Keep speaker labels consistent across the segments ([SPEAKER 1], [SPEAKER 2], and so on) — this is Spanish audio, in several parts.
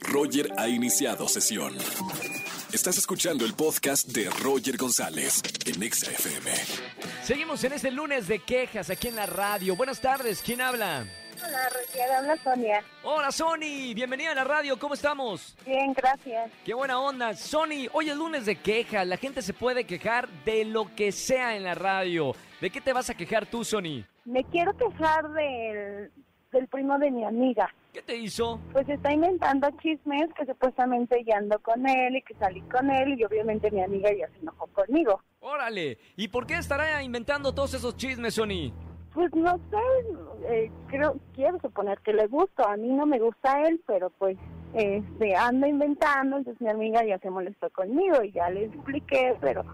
[SPEAKER 1] Roger ha iniciado sesión. Estás escuchando el podcast de Roger González en Exa FM.
[SPEAKER 2] Seguimos en este lunes de quejas aquí en la radio. Buenas tardes, ¿quién habla?
[SPEAKER 3] Hola, Roger, habla Sonia.
[SPEAKER 2] Hola, Sony, bienvenida a la radio, ¿cómo estamos?
[SPEAKER 3] Bien, gracias.
[SPEAKER 2] Qué buena onda, Sony. Hoy es lunes de quejas, la gente se puede quejar de lo que sea en la radio. ¿De qué te vas a quejar tú, Sony?
[SPEAKER 3] Me quiero quejar del, del primo de mi amiga.
[SPEAKER 2] ¿Qué te hizo?
[SPEAKER 3] Pues está inventando chismes que supuestamente ya ando con él y que salí con él y obviamente mi amiga ya se enojó conmigo.
[SPEAKER 2] Órale, ¿y por qué estará inventando todos esos chismes, Sony?
[SPEAKER 3] Pues no sé, eh, creo, quiero suponer que le gusto, a mí no me gusta él, pero pues eh, se anda inventando, entonces mi amiga ya se molestó conmigo y ya le expliqué, pero,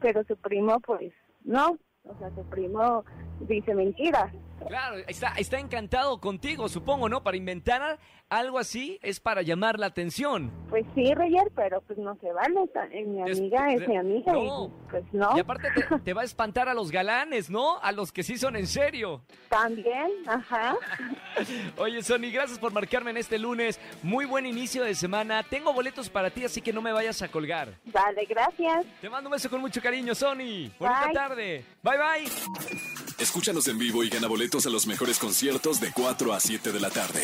[SPEAKER 3] pero su primo pues no, o sea, su primo dice mentiras.
[SPEAKER 2] Claro, está, está encantado contigo, supongo, ¿no? Para inventar algo así es para llamar la atención.
[SPEAKER 3] Pues sí, Roger, pero pues no se vale. ta- eh, Mi
[SPEAKER 2] Es-
[SPEAKER 3] amiga es mi amiga
[SPEAKER 2] No.
[SPEAKER 3] y pues no.
[SPEAKER 2] Y aparte te, te va a espantar a los galanes, ¿no? A los que sí son en serio.
[SPEAKER 3] También, ajá.
[SPEAKER 2] Oye, Sony, gracias por marcarme en este lunes. Muy buen inicio de semana. Tengo boletos para ti, así que no me vayas a colgar.
[SPEAKER 3] Vale, gracias.
[SPEAKER 2] Te mando un beso con mucho cariño, Sony. Bonita
[SPEAKER 3] Bye.
[SPEAKER 2] tarde. Bye, bye.
[SPEAKER 1] Escúchanos en vivo y gana boletos a los mejores conciertos de 4 a 7 de la tarde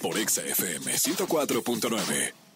[SPEAKER 1] por Exa FM 104.9.